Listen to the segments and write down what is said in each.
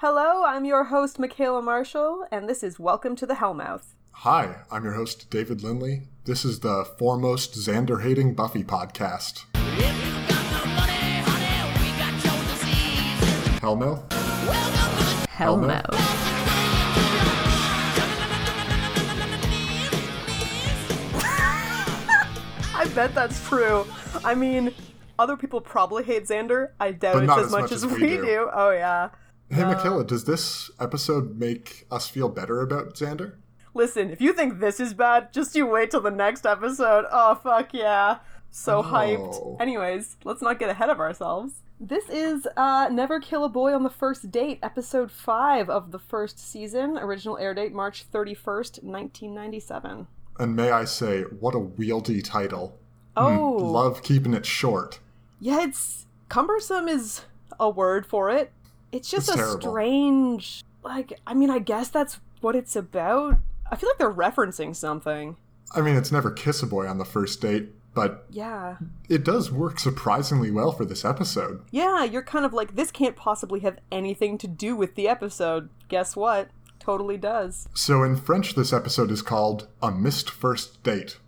Hello, I'm your host, Michaela Marshall, and this is Welcome to the Hellmouth. Hi, I'm your host, David Lindley. This is the foremost Xander hating Buffy podcast. Hellmouth? Hellmouth. I bet that's true. I mean, other people probably hate Xander. I doubt But it's not as much as, we, do. do. Oh, yeah. Hey, Michaela, does this episode make us feel better about Xander? Listen, if you think this is bad, just you wait till the next episode. Oh, fuck yeah. So hyped. Anyways, let's not get ahead of ourselves. This is uh, Never Kill a Boy on the First Date, episode 5 of the first season. Original air date March 31st, 1997. And may I say, what a wieldy title. Hmm, Oh, Love keeping it short. yeah, it's cumbersome is a word for it. It's just It's a terrible. strange, like, I mean, I guess that's what it's about. I feel like they're referencing something. I mean, it's never kiss a boy on the first date, but Yeah. it does work surprisingly well for this episode. Yeah, you're kind of like, this can't possibly have anything to do with the episode. Guess what? Totally does. So in French, this episode is called A Missed First Date.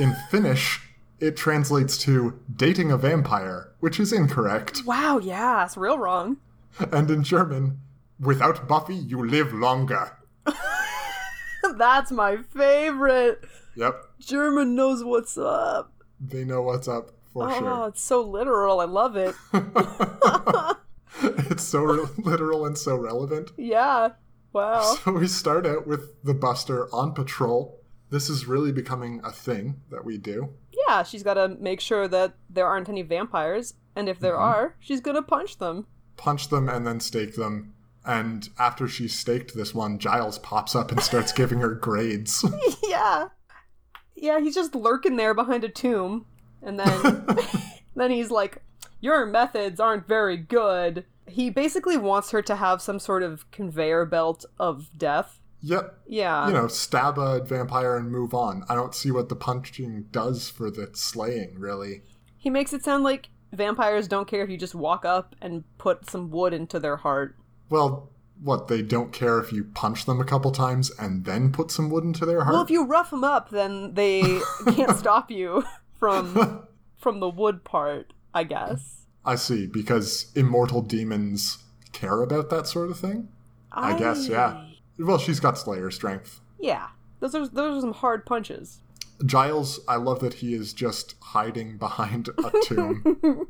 In Finnish, it translates to Dating a Vampire, which is incorrect. Wow, yeah, it's real wrong. And in German, Without Buffy, you live longer. That's my favorite. Yep, German knows what's up. they know what's up for Oh, it's so literal. I love it. sure. It's so re- literal and so relevant. Yeah. Wow. So we start out with the Buster on patrol. This is really becoming a thing that we do. Yeah, she's got to make sure that there aren't any vampires, and if there are, she's going to punch them. punch them and then stake them. And after she staked this one, Giles pops up and starts giving her grades. yeah. Yeah, he's just lurking there behind a tomb, and then then he's like, "Your methods aren't very good." He basically wants her to have some sort of conveyor belt of death. yep. Yeah. You know, stab a vampire and move on. I don't see what the punching does for the slaying, really. He makes it sound like vampires don't care if you just walk up and put some wood into their heart. Well, what, they don't care if you punch them a couple times and then put some wood into their heart? Well, if you rough them up, then they can't stop you from from the wood part, I guess. I see, because immortal demons care about that sort of thing? I guess, yeah. Well, she's got Slayer strength. Yeah. Those are those are some hard punches. Giles, I love that he is just hiding behind a tomb.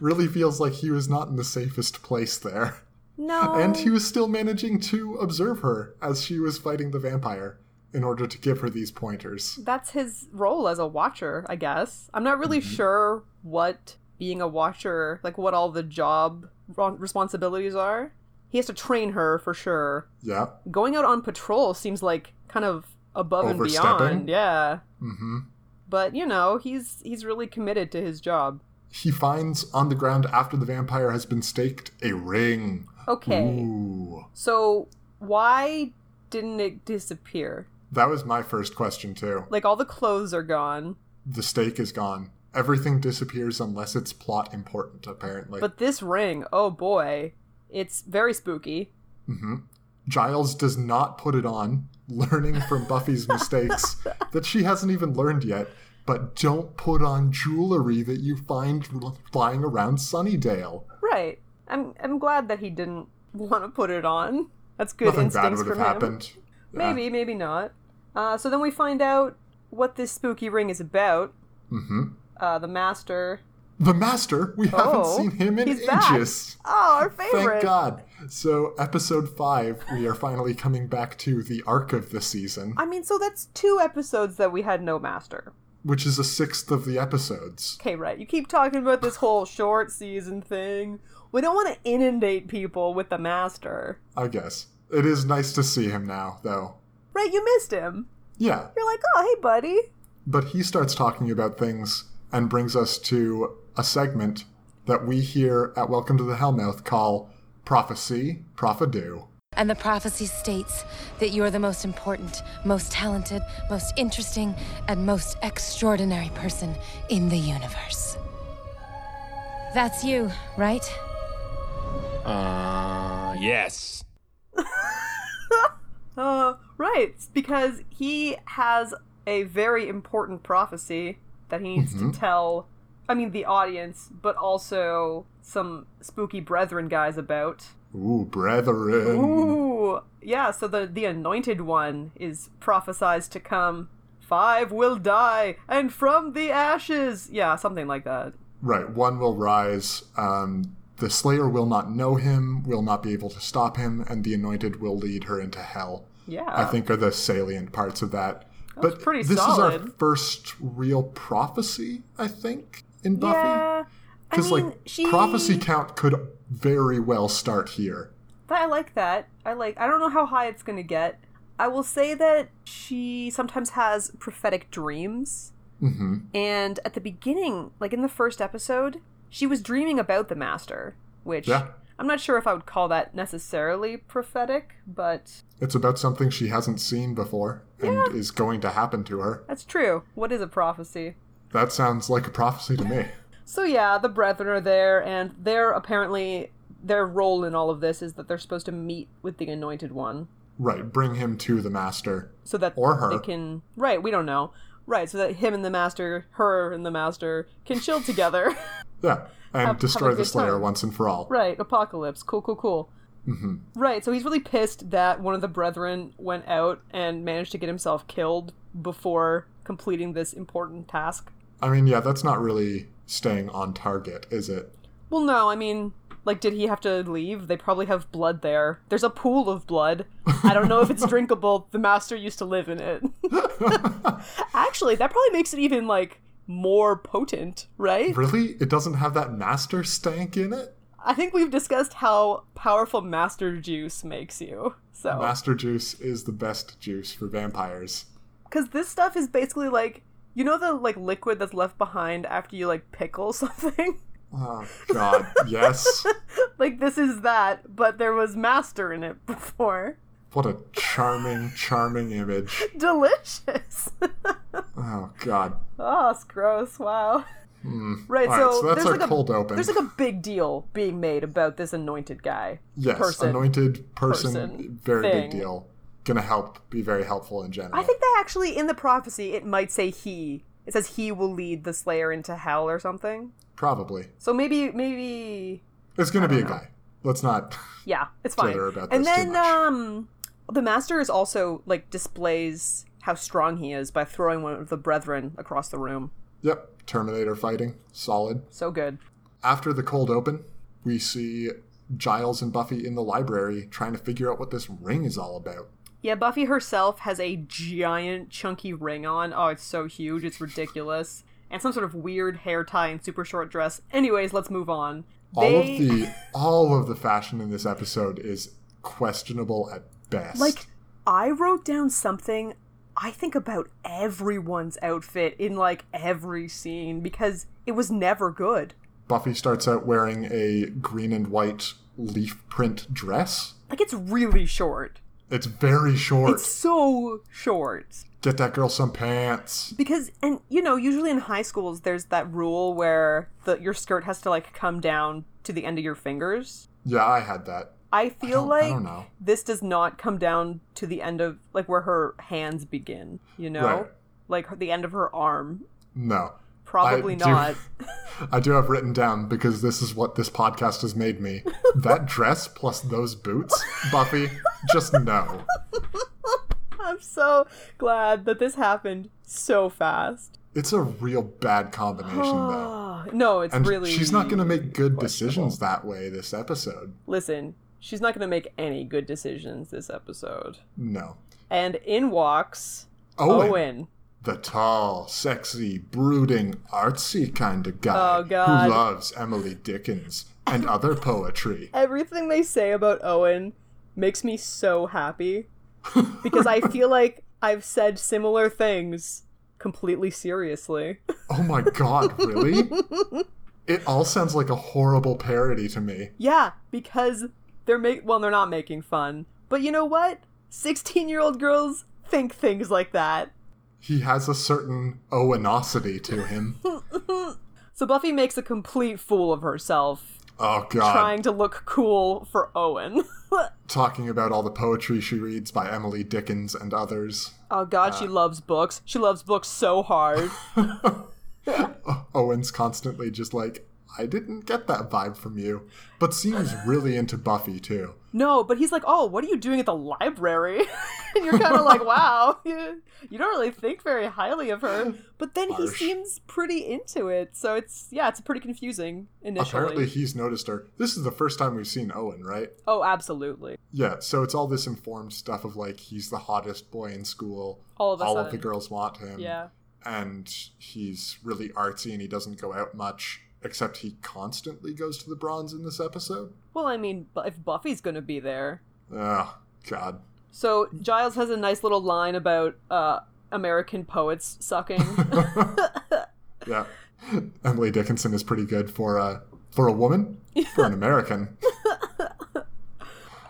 really feels like he was not in the safest place there. No. And he was still managing to observe her as she was fighting the vampire in order to give her these pointers. that's his role as a watcher, I guess. I'm not Mm-hmm. really sure what being a watcher, like what all the job ron- responsibilities are. He has to train her for sure. Yeah. Going out on patrol seems like kind of above and Overstepping? beyond. Yeah. hmm But, you know, he's he's really committed to his job. He finds on the ground after the vampire has been staked a ring. Okay. Ooh. So, why didn't it disappear? That was my first question, too. Like all the clothes are gone, The stake is gone. Everything disappears unless it's plot important, apparently. but this ring, oh boy, it's very spooky. hmm Giles does not put it on, learning from Buffy's mistakes that she hasn't even learned yet. But don't put on jewelry that you find l- flying around Sunnydale. Right. I'm I'm glad that he didn't want to put it on. That's good Nothing bad instincts would have from him. happened. Yeah. Maybe, maybe not. Uh, so then we find out what this spooky ring is about. Mhm. Uh, the master. The Master, we haven't Oh, seen him in he's back. ages. Oh, our Thank favorite. God. So, episode five, we are finally coming back to the arc of the season, I mean, so that's two episodes that we had no master. which is a sixth of the episodes. Okay, right. You keep talking about this whole short season thing. We don't want to inundate people with the master. I guess it is nice to see him now, though. Right, you missed him. Yeah, You're like, "Oh, hey, buddy." But he starts talking about things and brings us to a segment that we here at Welcome to the Hellmouth call Prophecy, Prophedu. And the prophecy states that you are the most important, most talented, most interesting, and most extraordinary person in the universe. That's you, right? Uh, yes. Uh, right, because he has a very important prophecy that he needs Mm-hmm. to tell, I mean, the audience, but also some spooky brethren guys about. Ooh, brethren. Ooh, yeah. So the the anointed one is prophesized to come. Five will die, and from the ashes, yeah, something like that. Right, one will rise. Um, the Slayer will not know him, will not be able to stop him, and the Anointed will lead her into hell. Yeah, I think are the salient parts of that. Oh. was but pretty this is our solid. first real prophecy, I think, in Buffy. Yeah, I mean, like she prophecy count could very well start here. I like that. I like. I don't know how high it's gonna get. I will say that she sometimes has prophetic dreams, hmm and at the beginning, like in the first episode, she was dreaming about the master, which Yeah. I'm not sure if I would call that necessarily prophetic, but It's about something she hasn't seen before and is going to happen to her. that's true. What is a prophecy? That sounds like a prophecy to me. So yeah, the brethren are there, and they're apparently their role in all of this is that they're supposed to meet with the anointed one, Right, bring him to the master. so that Or her. they can. Right, we don't know. Right, so that him and the master, her and the master, can chill together. Yeah, and have a destroy the good Slayer time. once and for all. right, apocalypse. Cool, cool, cool. hmm Right, so he's really pissed that one of the brethren went out and managed to get himself killed before completing this important task. I mean, yeah, that's not really staying on target, is it? Well, no, I mean, like, did he have to leave? They probably have blood there. There's a pool of blood. I don't know if it's drinkable. The master used to live in it. Actually, that probably makes it even, like, more potent, right? Really? It doesn't have that master stank in it? I think we've discussed how powerful master juice makes you. So, Master juice is the best juice for vampires. because this stuff is basically like, you know, the, like, liquid that's left behind after you, like, pickle something? Oh, God, yes. like, this is that, but there was master in it before. What a charming, charming image. Delicious. Oh, God. Oh, it's gross. Wow. Right, Hmm. All right, so, so that's there's our like a cold open. there's like a big deal being made about this anointed guy. Yes, person. anointed person, Person. very Thing. big deal. Gonna help, be very helpful in general. I think that actually in the prophecy it might say he. It says he will lead the slayer into hell or something. Probably. So maybe maybe It's gonna be a guy. Let's not. yeah, it's fine. Twitter about and this too then much. um the master is also like displays how strong he is by throwing one of the brethren across the room. Yep, Terminator fighting. Solid. So good. After the cold open, we see Giles and Buffy in the library trying to figure out what this ring is all about. Yeah, Buffy herself has a giant chunky ring on. Oh, it's so huge, it's ridiculous. And some sort of weird hair tie and super short dress. Anyways, let's move on. All of the all of the fashion in this episode is questionable at best. like I wrote down something I think about everyone's outfit in like every scene because it was never good. Buffy starts out wearing a green and white leaf print dress. Like it's really short. It's very short. It's so short. Get that girl some pants. because and you know usually in high schools there's that rule where the your skirt has to like come down to the end of your fingers Yeah, I had that. i feel don't- I like don't know. this does not come down to the end of like where her hands begin you know Right. like her, the end of her arm No. probably I do- not I do have written down because this is what this podcast has made me. That dress plus those boots, Buffy, just no. i'm so glad that this happened so fast Ah, It's a real bad combination, though. no it's And really she's not going to make good decisions that way this episode. listen she's not going to make any good decisions this episode No. and in walks Owen, owen. the tall, sexy, brooding, artsy kind of guy Oh, God. who loves Emily Dickens and other poetry. everything they say about Owen makes me so happy because I feel like I've said similar things completely seriously. Oh my God, really? It all sounds like a horrible parody to me. yeah, because they're make well, they're not making fun. But you know what? 16-year-old girls think things like that. he has a certain owenosity to him. So Buffy makes a complete fool of herself Oh god. trying to look cool for Owen. Talking about all the poetry she reads by Emily Dickens and others. oh god, she loves books. She loves books so hard. Owen's constantly just like, I didn't get that vibe from you, but seems really into Buffy too. No, but he's like, "Oh, what are you doing at the library?" and you're kind of like, "Wow, you, you don't really think very highly of her." But then he Harsh. seems pretty into it, so it's yeah, it's pretty confusing initially. Apparently, he's noticed her. This is the first time we've seen Owen, right? Oh, absolutely. Yeah, so it's all this informed stuff of like, he's the hottest boy in school. All of a all of sudden. the girls want him. Yeah. And he's really artsy and he doesn't go out much, except he constantly goes to the bronze in this episode. Well, I mean, bu- if Buffy's going to be there, Oh, God. So Giles has a nice little line about uh, American poets sucking. Yeah. Emily Dickinson is pretty good for a, for a woman, for an American.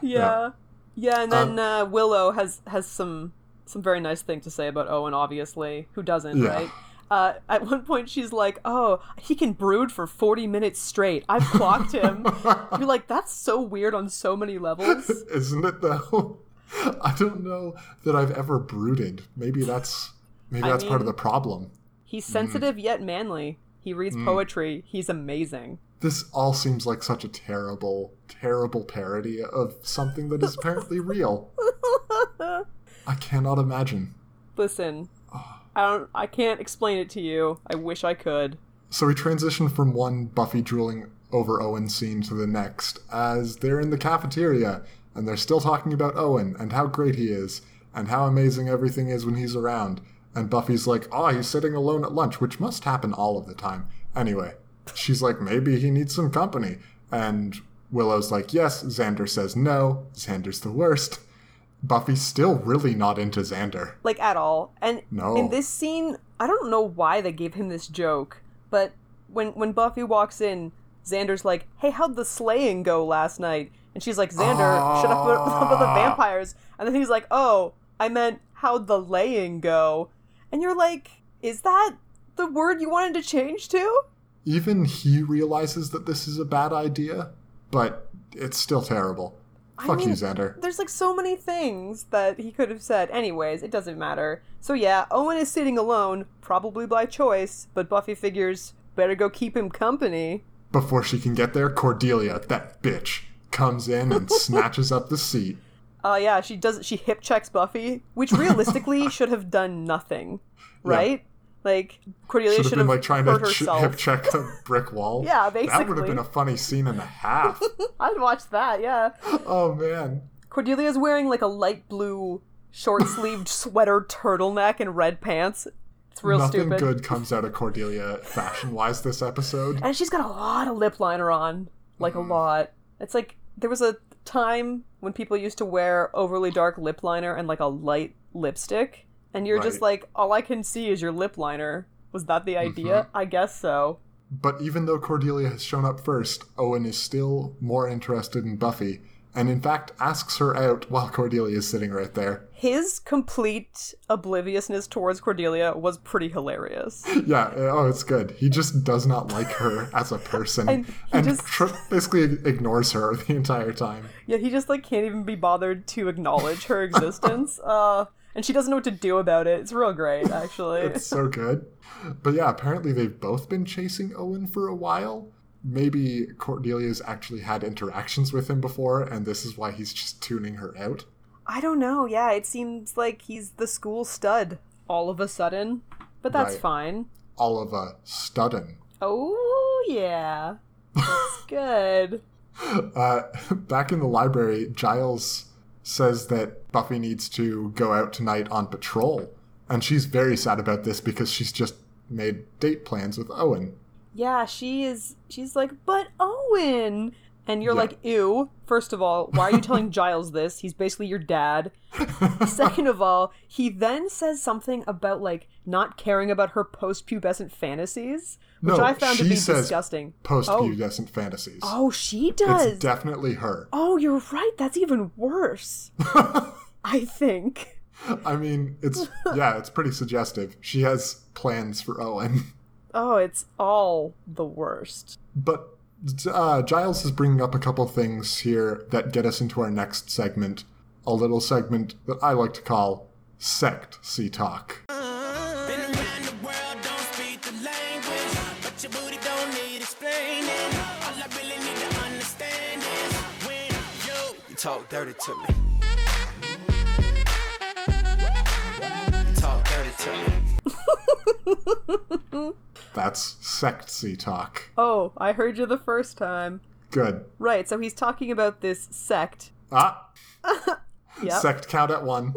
yeah, yeah, and then uh, Willow has has some some very nice thing to say about Owen. Obviously, who doesn't, Yeah. right? Uh, at one point, she's like, "Oh, he can brood for forty minutes straight. I've clocked him." You're like, "That's so weird on so many levels." Isn't it though? I don't know that I've ever brooded. Maybe that's maybe I that's part of the mean- problem. He's sensitive yet manly. He reads poetry. He's amazing. This all seems like such a terrible, terrible parody of something that is apparently real. I cannot imagine. Listen, I don't. I can't explain it to you. I wish I could. So we transition from one Buffy drooling over Owen scene to the next as they're in the cafeteria and they're still talking about Owen and how great he is and how amazing everything is when he's around. And Buffy's like, oh, he's sitting alone at lunch, which must happen all of the time. Anyway, she's like, maybe he needs some company. And Willow's like, yes. Xander says no. Xander's the worst. Buffy's still really not into Xander. like at all. And No. in this scene, I don't know why they gave him this joke, but when when Buffy walks in, Xander's like, "Hey, how'd the slaying go last night?" And she's like, "Xander, shut up about, about the vampires." And then he's like, "Oh, I meant how'd the laying go?" And you're like, "Is that the word you wanted to change to?" even he realizes that this is a bad idea, but it's still terrible. Fuck mean- you, Xander. There's like so many things that he could have said. Anyways, it doesn't matter. So yeah, Owen is sitting alone, probably by choice, but Buffy figures better go keep him company. Before she can get there, Cordelia, that bitch, comes in and snatches up the seat. Uh yeah, she does she hip checks Buffy, which realistically should have done nothing, right? Like Cordelia Should should have been like trying to hurt ch- herself. hip check a brick wall. Yeah, That would have basically. been a funny scene and a half. I'd watch that, yeah. oh man. Cordelia's wearing like a light blue short sleeved sweater turtleneck and red pants. It's real Nothing stupid. good comes out of Cordelia fashion wise this episode. And she's got a lot of lip liner on. Like Mm-hmm. a lot. It's like there was a time when people used to wear overly dark lip liner and like a light lipstick. And you're just Right. like, all I can see is your lip liner. Was that the idea? Mm-hmm. I guess so. But even though Cordelia has shown up first, Owen is still more interested in Buffy, and in fact asks her out while Cordelia is sitting right there. His complete obliviousness towards Cordelia was pretty hilarious. Yeah, uh, oh, it's good. He just does not like her as a person And and, he just- tr- basically ignores her the entire time. Yet he just like can't even be bothered to acknowledge her existence. Uh and she doesn't know what to do about it. It's real great, actually. It's so good. But yeah, apparently they've both been chasing Owen for a while. Maybe Cordelia's actually had interactions with him before, and this is why he's just tuning her out. I don't know. Yeah, it seems like he's the school stud all of a sudden, but that's Right. fine. Oliva Studden. Oh yeah, that's good. Uh, back in the library, Giles says that Buffy needs to go out tonight on patrol, and she's very sad about this because she's just made date plans with Owen. Yeah, she is. She's like, but Owen, and you're Yeah. like, ew. First of all, why are you telling Giles this? He's basically your dad. Second of all, he then says something about like not caring about her post-pubescent fantasies, which No, I found to she be says disgusting. Post-pubescent fantasies. Oh, she it's does. definitely her. Oh, you're right. That's even worse. I think. I mean, it's yeah, it's pretty suggestive. She has plans for Owen, Oh, it's all the worst. but uh, Giles is bringing up a couple things here that get us into our next segment, a little segment that I like to call Sect Sea Talk. Been around the world, don't speak the language. But your booty don't need explaining. All I really need to understand is when you, you talk dirty to me. You talk dirty to me. That's Sect Sea Talk. Oh, I heard you the first time. Good. Right, so he's talking about this sect. Ah, Yep. sect count at one.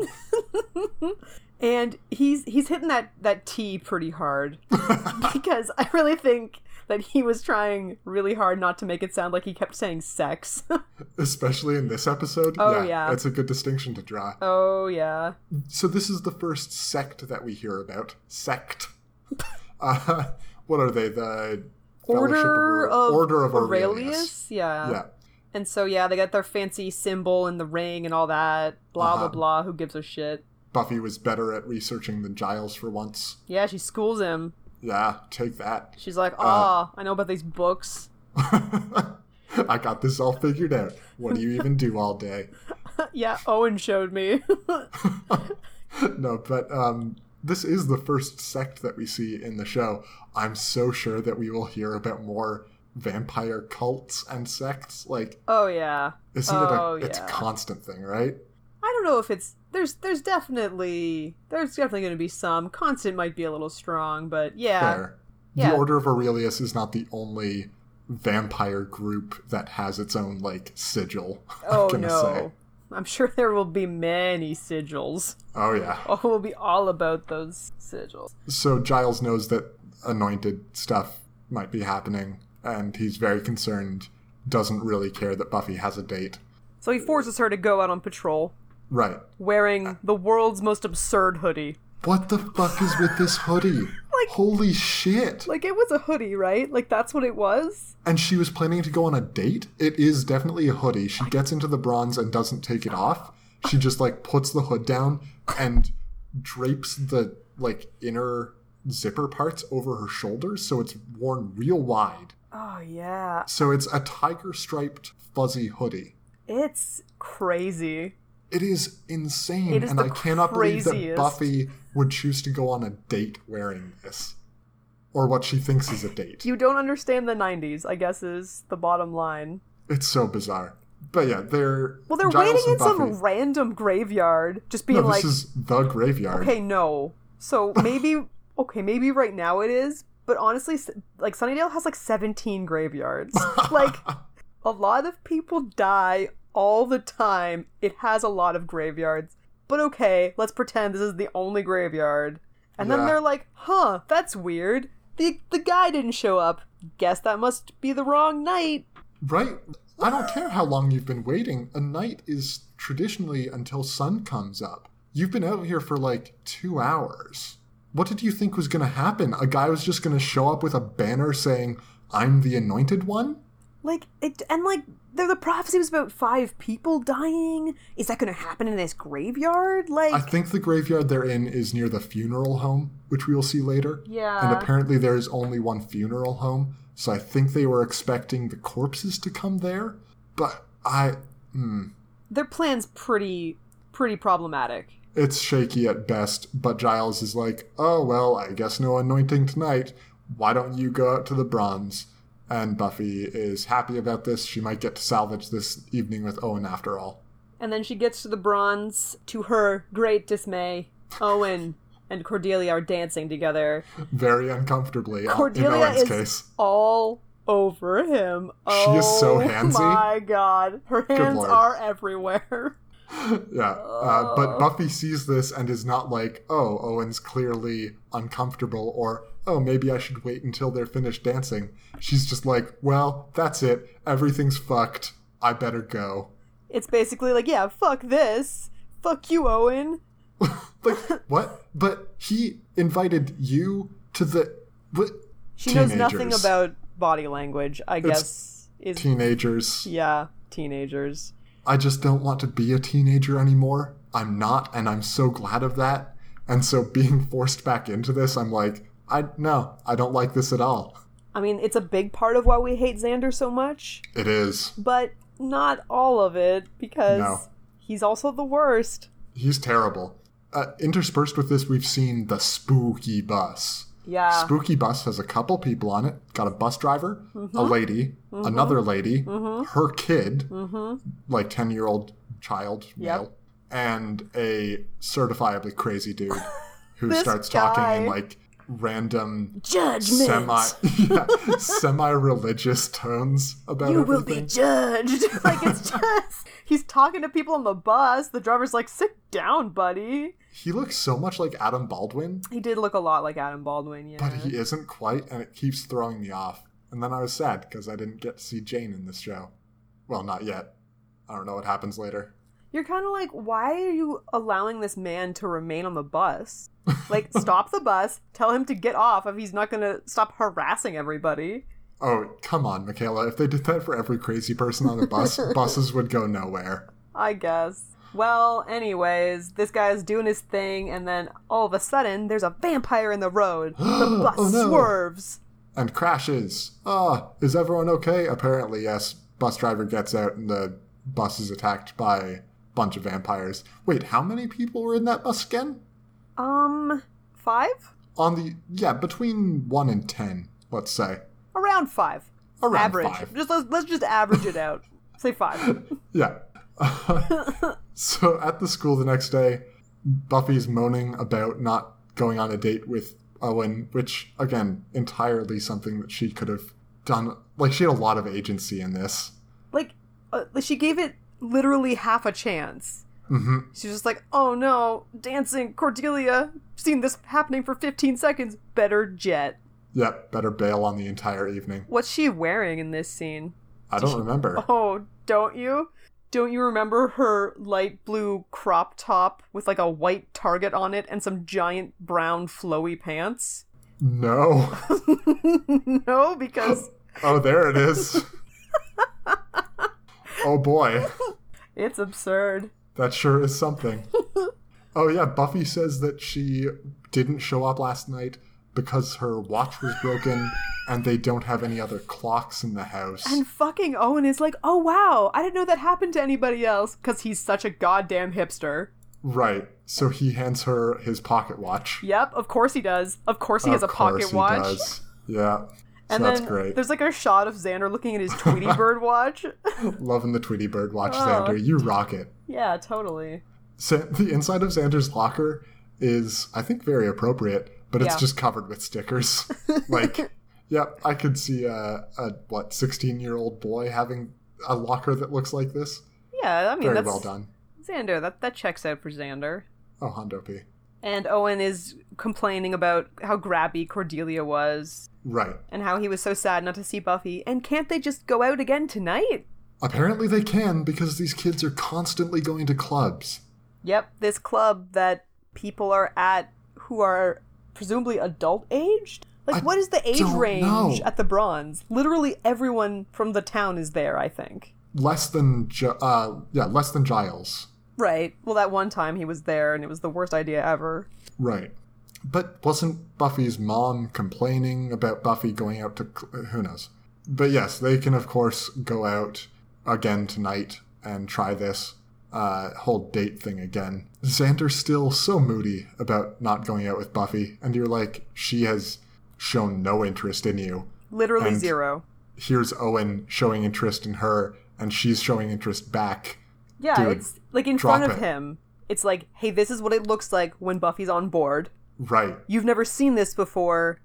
and he's he's hitting that that T pretty hard because I really think that he was trying really hard not to make it sound like he kept saying sex. Especially in this episode. Oh, yeah. That's a good distinction to draw. oh yeah. So this is the first sect that we hear about. Sect. uh, what are they? The Fellowship Order Aure- of Order of Aurelius. Aurelius. Yeah. Yeah. And so yeah, they got their fancy symbol and the ring and all that. Blah Uh-huh. blah blah. Who gives a shit? Buffy was better at researching than Giles for once. Yeah, she schools him. Yeah, take that. She's like, ah, I know about these books. I got this all figured out. What do you even do all day? yeah, Owen showed me. No, but um, this is the first sect that we see in the show. I'm so sure that we will hear about more vampire cults and sects. Like, oh yeah. isn't Oh, it a, it's a yeah. constant thing, right? I don't know if it's there's there's definitely there's definitely going to be some constant might be a little strong, but yeah, Fair. Yeah. The Order of Aurelius is not the only vampire group that has its own like sigil. oh I'm gonna no, say. I'm sure there will be many sigils. Oh yeah. Oh, we'll be all about those sigils. So Giles knows that anointed stuff might be happening, and he's very concerned. Doesn't really care that Buffy has a date. So he forces her to go out on patrol Right. Ah. wearing the world's most absurd hoodie. What the fuck is with this hoodie? Holy shit. Like it was a hoodie, right? Like that's what it was. and she was planning to go on a date? It is definitely a hoodie. She gets into the bronze and doesn't take it off. She just like puts the hood down and drapes the like inner zipper parts over her shoulders so it's worn real wide. Oh yeah, So it's a tiger striped fuzzy hoodie. it's crazy. It is insane. It is and the I cannot believe that craziest. Buffy would choose to go on a date wearing this. Or what she thinks is a date. You don't understand the '90s, I guess, is the bottom line. It's so bizarre. But yeah, they're Well, they're Giles waiting and in some Buffy- random graveyard, just being No, like, this is the graveyard. "Okay, no." So maybe, okay, maybe right now it is, but honestly, s- like Sunnydale has like seventeen graveyards. like a lot of people die all the time. It has a lot of graveyards, but okay, let's pretend this is the only graveyard. And Yeah. then they're like, "Huh, that's weird. the The guy didn't show up. Guess that must be the wrong night." Right? I don't care how long you've been waiting. A night is traditionally until sun comes up. You've been out here for like two hours. What did you think was going to happen? A guy was just going to show up with a banner saying, I'm the anointed one? Like it, and like the, the prophecy was about five people dying. Is that going to happen in this graveyard? Like, I think the graveyard they're in is near the funeral home, which we will see later. Yeah. And apparently there is only one funeral home, so I think they were expecting the corpses to come there. But I, hmm, their plan's pretty, pretty problematic. it's shaky at best. But Giles is like, oh well, I guess no anointing tonight. Why don't you go out to the bronze? And Buffy is happy about this. She might get to salvage this evening with Owen after all. And then she gets to the bronze. To her great dismay, Owen and Cordelia are dancing together. Very uncomfortably uh, in Cordelia Owen's is case. all over him. Oh, She is so handsy. My God, her hands lord. are everywhere. Yeah, uh, but Buffy sees this and is not like, oh, Owen's clearly uncomfortable, or oh, maybe I should wait until they're finished dancing. She's just like, well, that's it. Everything's fucked. I better go. It's basically like, yeah, fuck this, fuck you, Owen. Like, what? But he invited you to the. What? She knows nothing Teenagers. about body language. I guess is Teenagers. yeah, teenagers. I just don't want to be a teenager anymore. I'm not, and I'm so glad of that. And so being forced back into this, I'm like, I no, I don't like this at all. I mean, it's a big part of why we hate Xander so much, It is. but not all of it because No. he's also the worst. He's terrible. Uh, interspersed with this, we've seen the spooky bus. Yeah. Spooky bus has a couple people on it. Got a bus driver, Mm-hmm. a lady, another lady, her kid, like 10 year old child, Mm-hmm. Yep. male, and a certifiably crazy dude who This starts talking guy. in like random Judgment. semi semi religious tones about you will everything. be judged. like it's just he's talking to people on the bus. The driver's like, "Sit down, buddy." He looks so much like Adam Baldwin, He did look a lot like Adam Baldwin, yeah. but he isn't quite, and it keeps throwing me off. And then I was sad because I didn't get to see Jane in this show. Well, not yet. I don't know what happens later. You're kind of like, why are you allowing this man to remain on the bus? Like, stop the bus. Tell him to get off if he's not going to stop harassing everybody. Oh, come on, Michaela. If they did that for every crazy person on a bus, buses would go nowhere. I guess. Well, anyways, this guy's doing his thing, and then all of a sudden, there's a vampire in the road. The bus Oh, no. swerves. And crashes. Ah, is everyone okay? Apparently, yes. Bus driver gets out and the bus is attacked by a bunch of vampires. Wait, how many people were in that bus again? Um, five? On the, yeah, between 1 and 10, let's say. Around five. Around average. five. Just let's, let's just average it out. Say five. Yeah. so at the school the next day, Buffy's moaning about not going on a date with Owen, which, again, entirely something that she could have done. Like, she had a lot of agency in this. like uh, she gave it literally half a chance. Mm-hmm. She's just like, oh no, dancing, Cordelia, seen this happening for 15 seconds. Better jet. Yep, better bail on the entire evening. What's she wearing in this scene? I don't remember. Oh, don't you? Don't you remember her light blue crop top with like a white target on it and some giant brown flowy pants? No. no, because Oh, there it is. oh boy. it's absurd. That sure is something. oh yeah, Buffy says that she didn't show up last night because her watch was broken and they don't have any other clocks in the house. And fucking Owen is like, oh wow, I didn't know that happened to anybody else because he's such a goddamn hipster. right. So he hands her his pocket watch. Yep, of course he does. Of course he has a Of course pocket he watch. does. Yeah. And so that's then great. there's like a shot of Xander looking at his Tweety Bird watch. Loving the Tweety Bird watch, Oh. Xander. You rock it. yeah, totally. Sa- the inside of Xander's locker is, I think, very appropriate, but it's Yeah. just covered with stickers. like, yeah, I could see a, a what sixteen year old boy having a locker that looks like this. Yeah, I mean Very that's well done. Xander. That that checks out for Xander. Oh, Hondo P. And Owen is complaining about how grabby Cordelia was Right. and how he was so sad not to see Buffy. And can't they just go out again tonight? Apparently they can because these kids are constantly going to clubs. Yep, this club that people are at who are presumably adult aged. Like, I what is the age don't range know. at the Bronze? Literally everyone from the town is there, I think. Less than, Gi- uh, yeah, less than Giles. Right. Well, that one time he was there and it was the worst idea ever. Right. But wasn't Buffy's mom complaining about Buffy going out to cl- who knows? But yes, they can of course go out again tonight and try this uh, whole date thing again. Xander's still so moody about not going out with Buffy, and you're like, she has shown no interest in you. Literally And- zero. Here's Owen showing interest in her, and she's showing interest back. Yeah, Dude, it's like in drop front of it. him. It's like, hey, this is what it looks like when Buffy's on board. Right. You've never seen this before.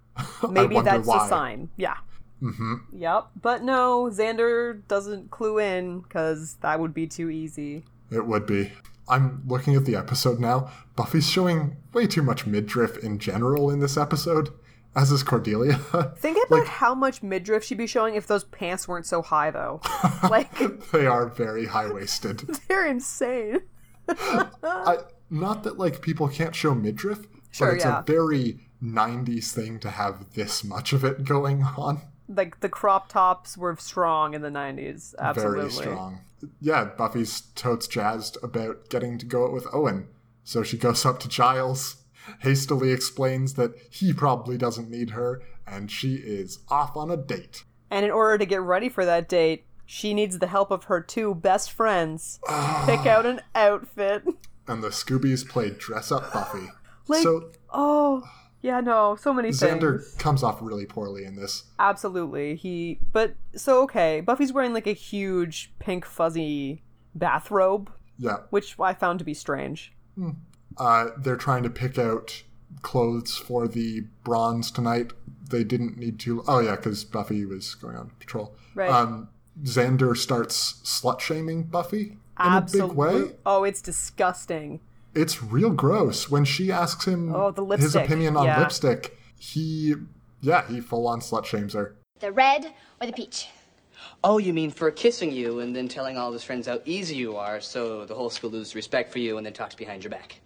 Maybe wonder that's why. a sign. Yeah. Mm-hmm. Yep. But no, Xander doesn't clue in because that would be too easy. It would be. I'm looking at the episode now. Buffy's showing way too much midriff in general in this episode, as is Cordelia. Think about how much midriff she'd be showing if those pants weren't so high, though. like, they are very high waisted. they're insane. Not that like people can't show midriff, Sure, but it's yeah. a very 90s thing to have this much of it going on. Like, the crop tops were strong in the 90s. Absolutely. Very strong. Yeah, Buffy's totes jazzed about getting to go out with Owen. So she goes up to Giles hastily explains that he probably doesn't need her, and she is off on a date. And in order to get ready for that date, she needs the help of her two best friends to Ah. pick out an outfit. And the Scoobies play dress up Buffy. Like, so oh, yeah, no, so many Xander things. comes off really poorly in this. Absolutely, he. But so okay, Buffy's wearing like a huge pink fuzzy bathrobe, Yeah. which I found to be strange. Uh, they're trying to pick out clothes for the bronze tonight. They didn't need to. Oh, yeah, because Buffy was going on patrol. Right. Um, Xander starts slut shaming Buffy in Absolutely. a big way. Oh, it's disgusting. It's real gross. When she asks him Oh, the his lipstick. opinion on Yeah. lipstick, he, yeah, he full on slut shames her. The red or the peach? Oh, you mean for kissing you and then telling all of his friends how easy you are, so the whole school loses respect for you and then talks behind your back.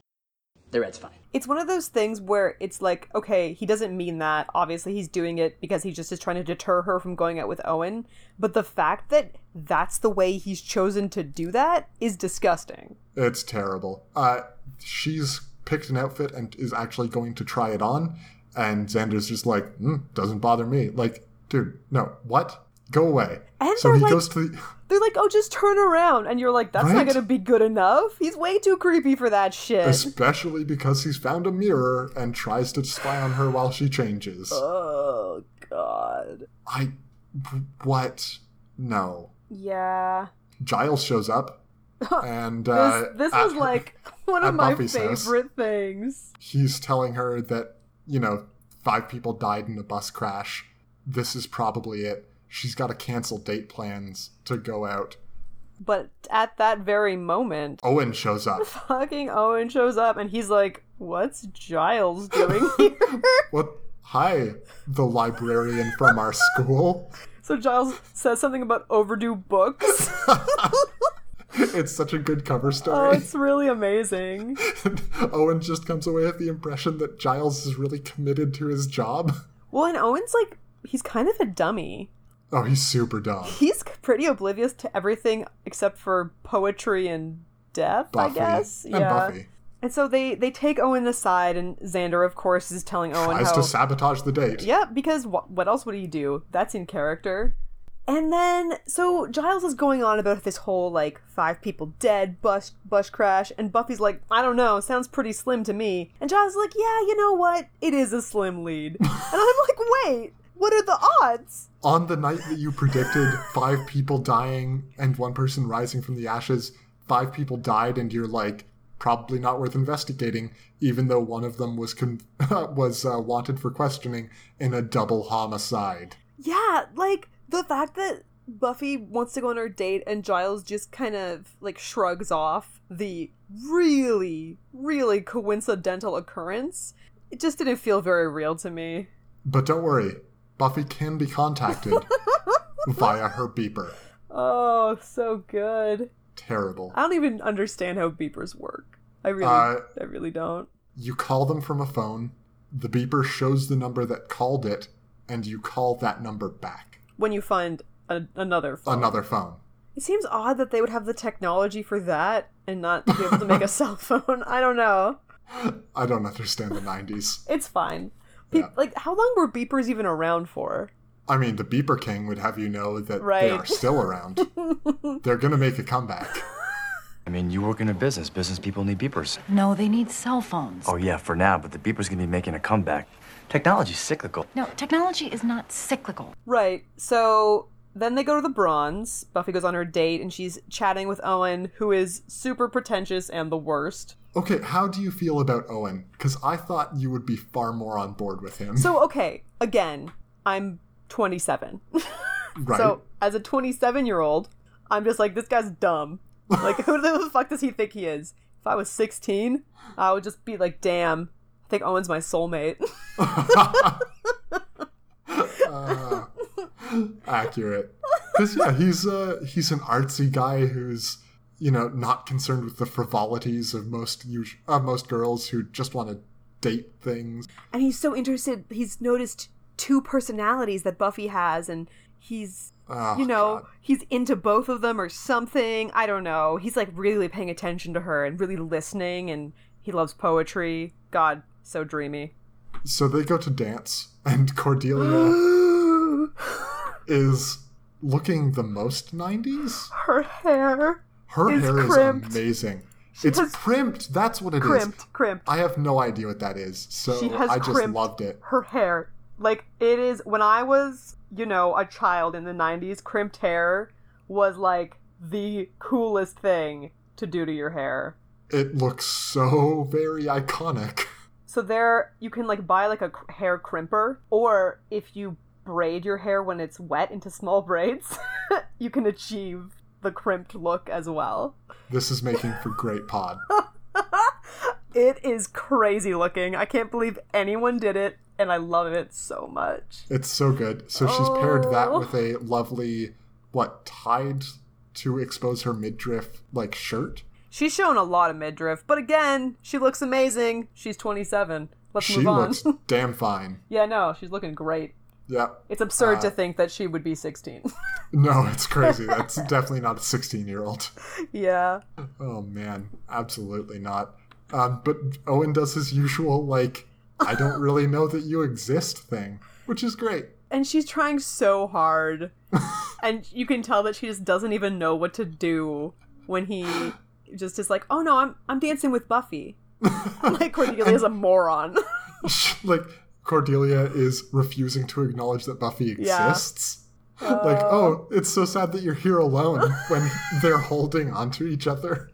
The red's fine. It's one of those things where it's like, okay, he doesn't mean that. Obviously, he's doing it because he just is trying to deter her from going out with Owen. But the fact that that's the way he's chosen to do that is disgusting. It's terrible. Uh, she's picked an outfit and is actually going to try it on, and Xander's just like, mm, doesn't bother me. Like, dude, no, what? Go away. And so they're he like- goes to the. They're like, oh, just turn around. And you're like, that's not Right? going to be good enough. He's way too creepy for that shit. Especially because he's found a mirror and tries to spy on her while she changes. oh, God. I. What? No. Yeah. Giles shows up, and. Uh, This, this at was her- like one at of my Buffy's house. favorite things. he's telling her that you know five people died in a bus crash this is probably it she's got to cancel date plans to go out But at that very moment, owen shows up fucking Owen shows up and he's like, What's Giles doing here? what hi the librarian from our school so Giles says something about overdue books. it's such a good cover oh, story it's really amazing. owen just comes away with the impression that giles is really committed to his job Well, and Owen's like, he's kind of a dummy. oh he's super dumb He's pretty oblivious to everything except for poetry and death, buffy I guess. and yeah. buffy And so they they take Owen aside, and Xander, of course, is telling Owen tries how to sabotage the date Yeah, because wh- what else would he do? That's in character. And then, so Giles is going on about this whole like five people dead bus bus crash, and Buffy's like, I don't know, sounds pretty slim to me. And Giles is like, Yeah, you know what? It is a slim lead. and I'm like, Wait, what are the odds? on the night that you predicted five people dying and one person rising from the ashes, five people died, and you're like, probably not worth investigating, even though one of them was con- was uh, wanted for questioning in a double homicide. Yeah, like the fact that Buffy wants to go on her date and Giles just kind of like shrugs off the really, really coincidental occurrence. It just didn't feel very real to me. But don't worry, Buffy can be contacted via her beeper. Oh, so good. Terrible. I don't even understand how beepers work. I really Uh, I really don't. You call them from a phone, the beeper shows the number that called it, and you call that number back. When you find a, another phone. Another phone. It seems odd that they would have the technology for that and not be able to make a cell phone. I don't know. I don't understand the 90s. It's fine. Pe- Yeah. Like how long were beepers even around for? I mean, the Beeper King would have you know that they Right. are still around. They're going to make a comeback. I mean, you work in a business. Business people need beepers. No, they need cell phones. Oh, yeah, for now, but the beeper's gonna be making a comeback. Technology's cyclical. No, technology is not cyclical. Right. So then they go to the bronze. Buffy goes on her date and she's chatting with Owen, who is super pretentious and the worst. Okay, how do you feel about Owen? Because I thought you would be far more on board with him. So okay, again, I'm 27. right? So as a 27 year old, I'm just like, this guy's dumb. Like, who the fuck does he think he is? If I was 16, I would just be like, damn, I think Owen's my soulmate. Accurate. Because yeah, he's uh, he's an artsy guy who's you know not concerned with the frivolities of most us- uh, most girls who just want to date things. and he's so interested. He's noticed two personalities that Buffy has, and he's, Oh, you know, God. he's into both of them or something. I don't know. He's like really paying attention to her and really listening, and he loves poetry. God, So dreamy. So they go to dance, and Cordelia is looking the most 90s. Her hair. Her It's hair crimped. is amazing. It's has- primped. That's what it is. Crimped, crimped. I have no idea what that is. So She has I just crimped loved it. her hair. Like it is when I was, you know, a child in the 90s, crimped hair was like the coolest thing to do to your hair. It looks so very iconic. So there you can like buy like a cr- hair crimper or if you braid your hair when it's wet into small braids, you can achieve the crimped look as well. This is making for great pod. It is crazy looking. I can't believe anyone did it and I love it so much. It's so good. So she's paired that Oh. with a lovely, what, tied to expose her midriff like shirt. She's shown a lot of midriff, but again, she looks amazing. She's 27. Let's She move on. looks damn fine. yeah, no, she's looking great. Yeah. It's absurd Uh, to think that she would be 16. No, it's crazy. That's definitely not a 16 year old. yeah. Oh man, absolutely not. Um, but Owen does his usual like, I don't really know that you exist thing, which is great. And she's trying so hard. and you can tell that she just doesn't even know what to do when he just is like, "Oh no, I'm I'm dancing with Buffy." like Cordelia is a moron. like Cordelia is refusing to acknowledge that Buffy Yeah. exists. Like, oh, it's so sad that you're here alone when they're holding onto each other.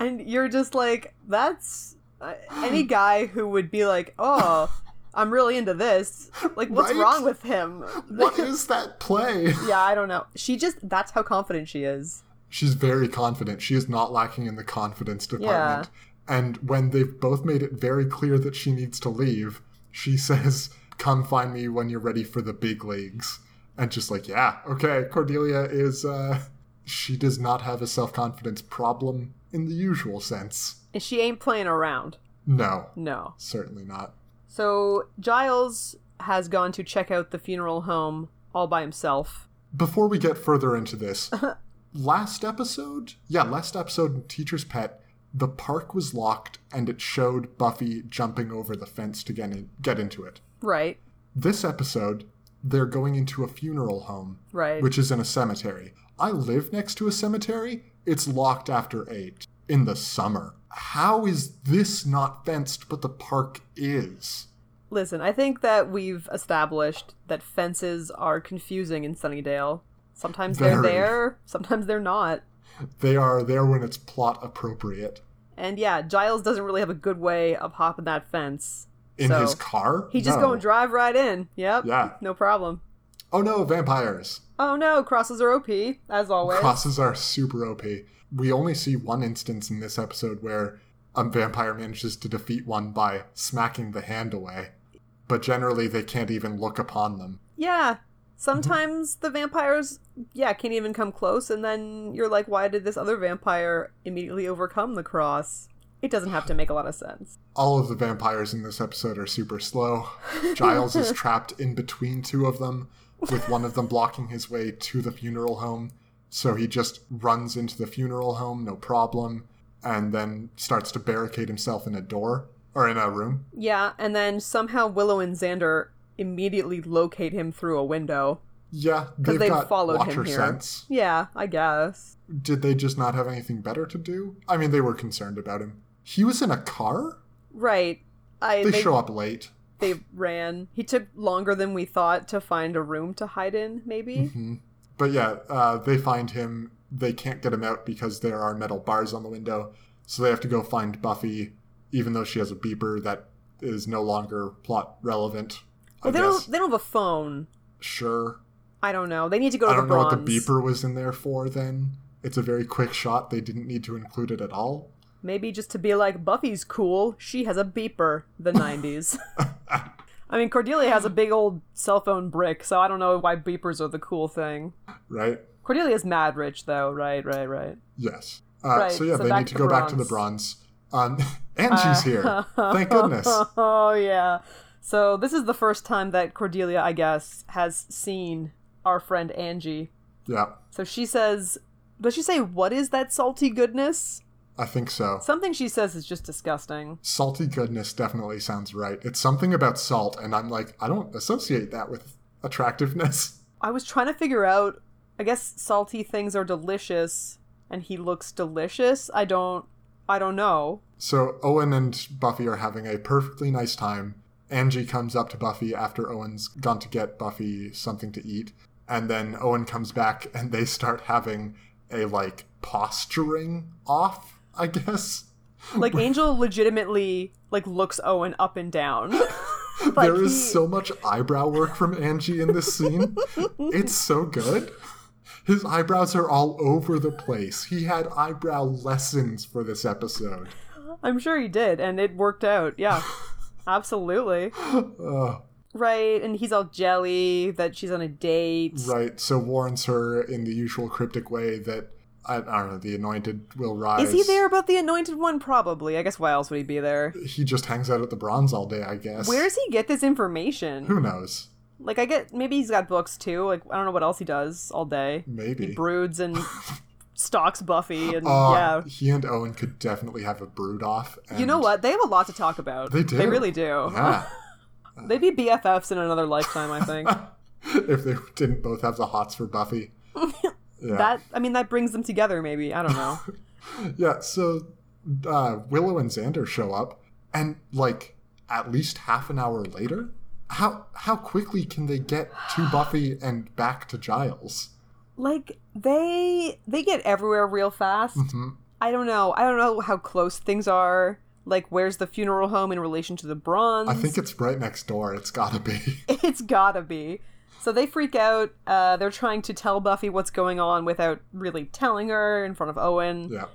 and you're just like that's uh, any guy who would be like oh i'm really into this like what's Right? wrong with him What is that play? yeah i don't know she just that's how confident she is She's very confident. She is not lacking in the confidence department. And when they've both made it very clear that she needs to leave, she says, Come find me when you're ready for the big leagues. And just like, yeah, okay, Cordelia is, uh, she does not have a self confidence problem in the usual sense. and she ain't playing around No, no certainly not. so giles has gone to check out the funeral home all by himself Before we get further into this, Uh-huh. last episode, yeah, last episode in Teacher's Pet, the park was locked and it showed Buffy jumping over the fence to get, in, get into it. right This episode, they're going into a funeral home, right which is in a cemetery. I live next to a cemetery. It's locked after 8 in the summer. How is this not fenced, but the park is? listen i think that we've established that fences are confusing in sunnydale sometimes they're Very. there sometimes they're not They are there when it's plot appropriate. And yeah, Giles doesn't really have a good way of hopping that fence. In So, his car? He just No. go and drive right in. Yep. Yeah. No problem. Oh no, vampires. Oh no, crosses are OP, as always. Crosses are super OP. We only see one instance in this episode where a vampire manages to defeat one by smacking the hand away, but generally they can't even look upon them. yeah. Mhm. Sometimes the vampires yeah, can't even come close, and then you're like, why did this other vampire immediately overcome the cross? It doesn't have to make a lot of sense. All of the vampires in this episode are super slow. Giles is trapped in between two of them, with one of them blocking his way to the funeral home. So he just runs into the funeral home, no problem, and then starts to barricade himself in a door or in a room. Yeah, and then somehow Willow and Xander immediately locate him through a window. Yeah, Because they've, they've got followed watcher him here. sense. Yeah, I guess. Did they just not have anything better to do? I mean, they were concerned about him. He was in a car. Right. I They, they- show up late. they ran. He took longer than we thought to find a room to hide in, maybe? Mm-hmm, But yeah, uh, they find him. They can't get him out because there are metal bars on the window. So they have to go find Buffy, even though she has a beeper that is no longer plot relevant. I Well, they guess. don't they don't have a phone. Sure. I don't know. They need to go to I don't the know bronze. what the beeper was in there for then. It's a very quick shot. They didn't need to include it at all. Maybe just to be like, Buffy's cool. She has a beeper, the nineties. I mean Cordelia has a big old cell phone brick, so I don't know why beepers are the cool thing. Right? Cordelia's mad rich though, right, right, right. Yes. Uh, Right, so yeah, so they back need to to go back to the bronze. Um, and she's here. Thank goodness. Oh yeah. So this is the first time that Cordelia, I guess, has seen our friend Angie. Yeah. So she says, does she say, what is that salty goodness? I think so. Something she says is just disgusting. Salty goodness definitely sounds right. It's something about salt, and I'm like, I don't associate that with attractiveness. I was trying to figure out. I guess salty things are delicious, and he looks delicious. I don't. I don't know. So Owen and Buffy are having a perfectly nice time. Angie comes up to Buffy after Owen's gone to get Buffy something to eat, and then Owen comes back and they start having a like posturing off, I guess. Like Angel legitimately like looks Owen up and down. Like, there is he- so much eyebrow work from Angie in this scene. it's so good. His eyebrows are all over the place. He had eyebrow lessons for this episode. I'm sure he did, and it worked out. Yeah, absolutely. Right, and he's all jelly that she's on a date. Right, so warns her in the usual cryptic way that I, I don't know, the anointed will rise. Is he there about the Anointed One? Probably. I guess why else would he be there? He just hangs out at the bronze all day, I guess. Where does he get this information? Who knows? Like, I get maybe he's got books too. Like, I don't know what else he does all day. Maybe. Broods and stalks Buffy, and Uh, yeah. He and Owen could definitely have a brood off. And You know what? They have a lot to talk about. They do. They really do. Yeah. They'd be BFFs in another lifetime, I think. if they didn't both have the hots for Buffy. Yeah. that I mean, that brings them together. Maybe I don't know. Yeah, so uh, Willow and Xander show up, and like at least half an hour later, how how quickly can they get to Buffy and back to Giles? like they they get everywhere real fast. Mm-hmm. I don't know. I don't know how close things are. Like, where's the funeral home in relation to the bronze? I think it's right next door. It's gotta be. It's gotta be. So they freak out. Uh, they're trying to tell Buffy what's going on without really telling her in front of Owen. yeah.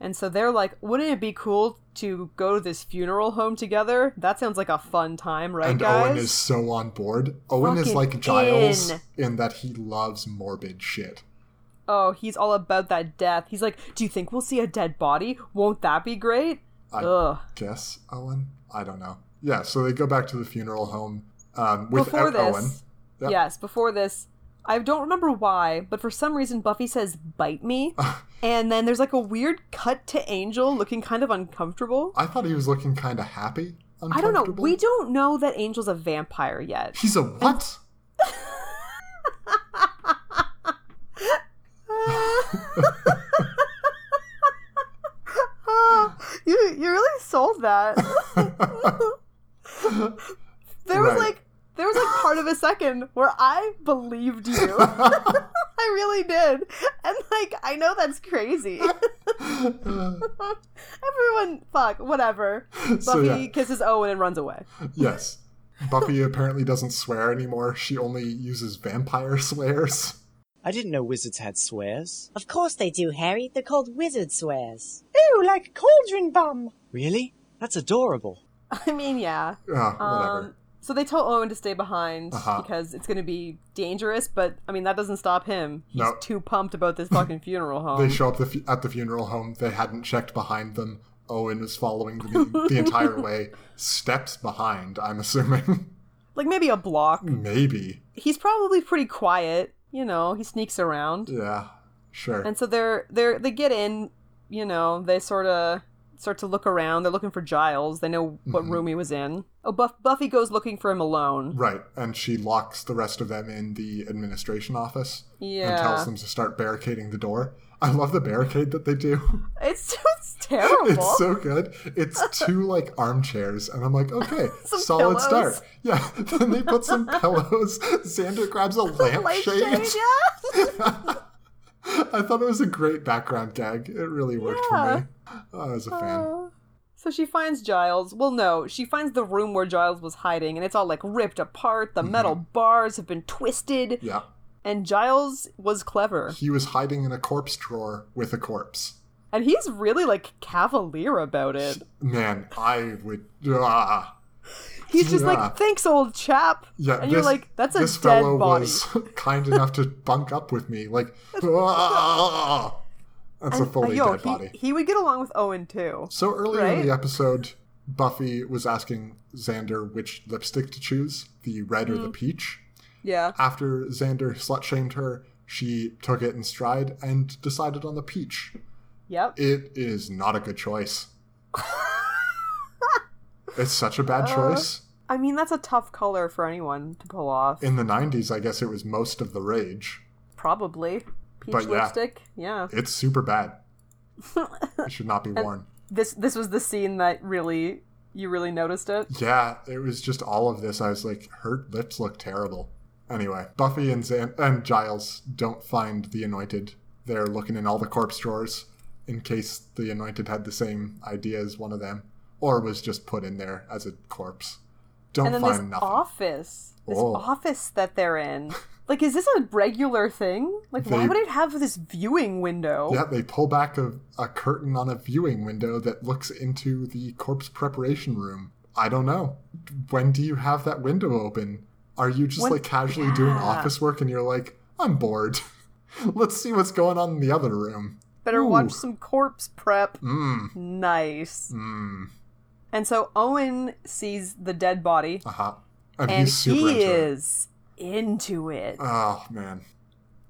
And so they're like, wouldn't it be cool to go to this funeral home together? That sounds like a fun time, right, And guys? Owen is so on board. Owen is Fucking like Giles in. in that he loves morbid shit. Oh, he's all about that death. He's like, do you think we'll see a dead body? Won't that be great? I Ugh. guess Owen. I don't know. Yeah, so they go back to the funeral home um, without Before this, Owen. Yeah. yes, before this, I don't remember why, but for some reason Buffy says, bite me. and then there's like a weird cut to Angel looking kind of uncomfortable. I thought he was looking kind of happy. I don't know. uncomfortable. We don't know that Angel's a vampire yet. He's a what? you you really sold that. there was Right. like there was like part of a second where I believed you. I really did. And like I know that's crazy. Everyone fuck, whatever. Buffy So, yeah. kisses Owen and runs away. yes. Buffy apparently doesn't swear anymore. She only uses vampire swears. I didn't know wizards had swears. Of course they do, Harry. They're called wizard swears. Ooh, like cauldron bum. Really? That's adorable. I mean, yeah. Ah, whatever. Um, so they tell Owen to stay behind Uh-huh. because it's going to be dangerous, but I mean that doesn't stop him. He's No. too pumped about this fucking funeral home. they show up the fu- at the funeral home. They hadn't checked behind them. Owen was following the, the entire way, steps behind. I'm assuming. like maybe a block. Maybe. He's probably pretty quiet, you know, he sneaks around. Yeah. Sure. And so they're they're they get in, you know, they sort of start to look around. They're looking for Giles. They know what Mm-hmm. room he was in. Oh, Buff- Buffy goes looking for him alone. Right, and she locks the rest of them in the administration office and Yeah. tells them to start barricading the door. I love the barricade that they do. It's just terrible. It's so good. It's two like armchairs, and I'm like, okay, Some solid pillows. start. Yeah. Then they put some pillows. Xander grabs a Like, lampshade. shade, yeah. I thought it was a great background gag. It really worked for me. Oh, I was a fan. So she finds Giles. Well, no, she finds the room where Giles was hiding, and it's all like ripped apart. The metal Mm-hmm. bars have been twisted, yeah. and Giles was clever. He was hiding in a corpse drawer with a corpse. And he's really like cavalier about it. Man, I would. Ah. He's just Yeah. like, "Thanks, old chap." Yeah, and this, you're like, "That's a this dead fellow body." was kind enough to bunk up with me. Like, "Ah." that's a And, uh, fully yo, dead he, body. he would get along with Owen too. So earlier in Right? the episode, Buffy was asking Xander which lipstick to choose, the red or the peach. Yeah, After Xander slut shamed her, she took it in stride and decided on the peach. Yep. It is not a good choice. it's such a bad choice. I mean, that's a tough color for anyone to pull off. In the 90s, I guess it was most of the rage. Probably. Peach But yeah. lipstick. Yeah. It's super bad. it should not be worn. This this was the scene that really you really noticed it. Yeah, it was just all of this. I was like, her lips look terrible. Anyway, Buffy and Zan- and Giles don't find the Anointed. They're looking in all the corpse drawers in case the Anointed had the same idea as one of them, or was just put in there as a corpse. Don't and then this find nothing. office. This Oh. office that they're in. Like, is this a regular thing? Like, why They- would it have this viewing window? Yeah, they pull back a, a curtain on a viewing window that looks into the corpse preparation room. I don't know. When do you have that window open? Are you just When- like casually doing Yeah. office work and you're like, I'm bored. Let's see what's going on in the other room. Better Ooh. Mm. watch some corpse prep. Nice. And so Owen sees the dead body, Uh huh. And, and he's super he into it. is into it. Oh man,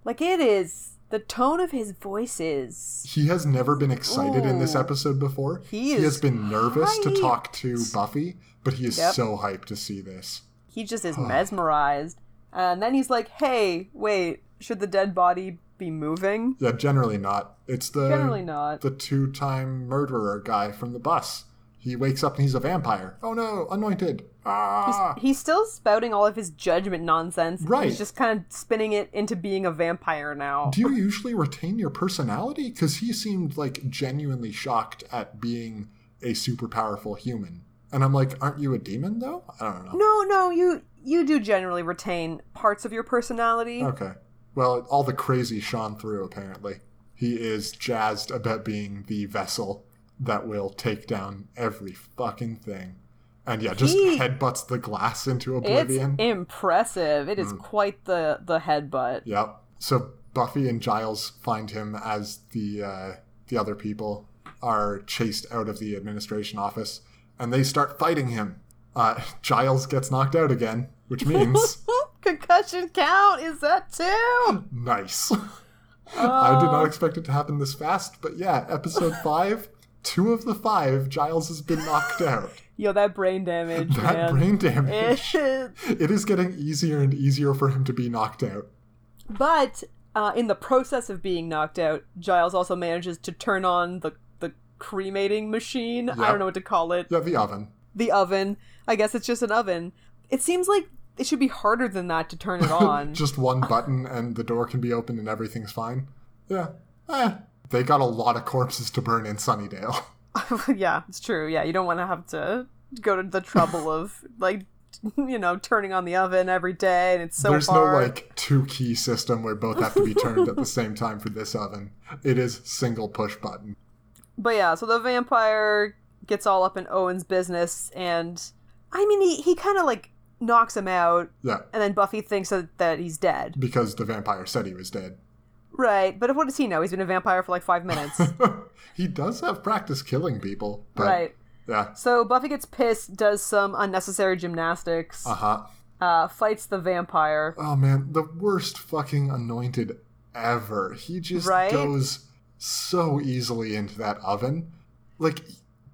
like, it is. The tone of his voice is. he has never been excited in this Ooh. episode before. He is has been nervous to hyped. talk to Buffy, but he is Yep. so hyped to see this. He just is mesmerized. And then he's like, hey, wait, should the dead body be moving? Yeah, generally not. It's the Generally not. the two-time murderer guy from the bus. He wakes up and he's a vampire. Oh no, anointed. Ah. He's still spouting all of his judgment nonsense. and Right. He's just kind of spinning it into being a vampire now. Do you usually retain your personality? Because he seemed like genuinely shocked at being a super powerful human. And I'm like, aren't you a demon though? I don't know. no, no, you you do generally retain parts of your personality. Okay. Well, all the crazy shone through, apparently. He is jazzed about being the vessel that will take down every fucking thing. And yeah, just He- headbutts the glass into It's oblivion. impressive. Hmm. It is quite the the headbutt. Yep. So Buffy and Giles find him as the uh, the other people are chased out of the administration office, and they start fighting him. Uh, Giles gets knocked out again, which means Concussion count is that two? nice. I did not expect it to happen this fast, but yeah, episode five, two of the five, Giles has been knocked out. Yo, that brain damage. That man. brain damage. It- It is getting easier and easier for him to be knocked out. but uh, in the process of being knocked out, Giles also manages to turn on the the cremating machine. I Yep. don't know what to call it. Yeah, the oven. the oven. I guess it's just an oven. It seems like it should be harder than that to turn it on. Just one button and the door can be opened and everything's fine. Yeah. Eh. They got a lot of corpses to burn in Sunnydale. yeah, it's true. Yeah, you don't want to have to go to the trouble of like you know turning on the oven every day, and it's so There's hard. no like two key system where both have to be turned at the same time for this oven. It is single push button. But yeah, so the vampire gets all up in Owen's business, and I mean he he kind of like knocks him out, Yeah. and then Buffy thinks that, that he's dead. Because the vampire said he was dead. Right, but what does he know? He's been a vampire for like five minutes. he does have practice killing people, but right. yeah. So Buffy gets pissed, does some unnecessary gymnastics. Uh huh. uh, fights the vampire. Oh man, the worst fucking anointed ever. He just Right? goes so easily into that oven. Like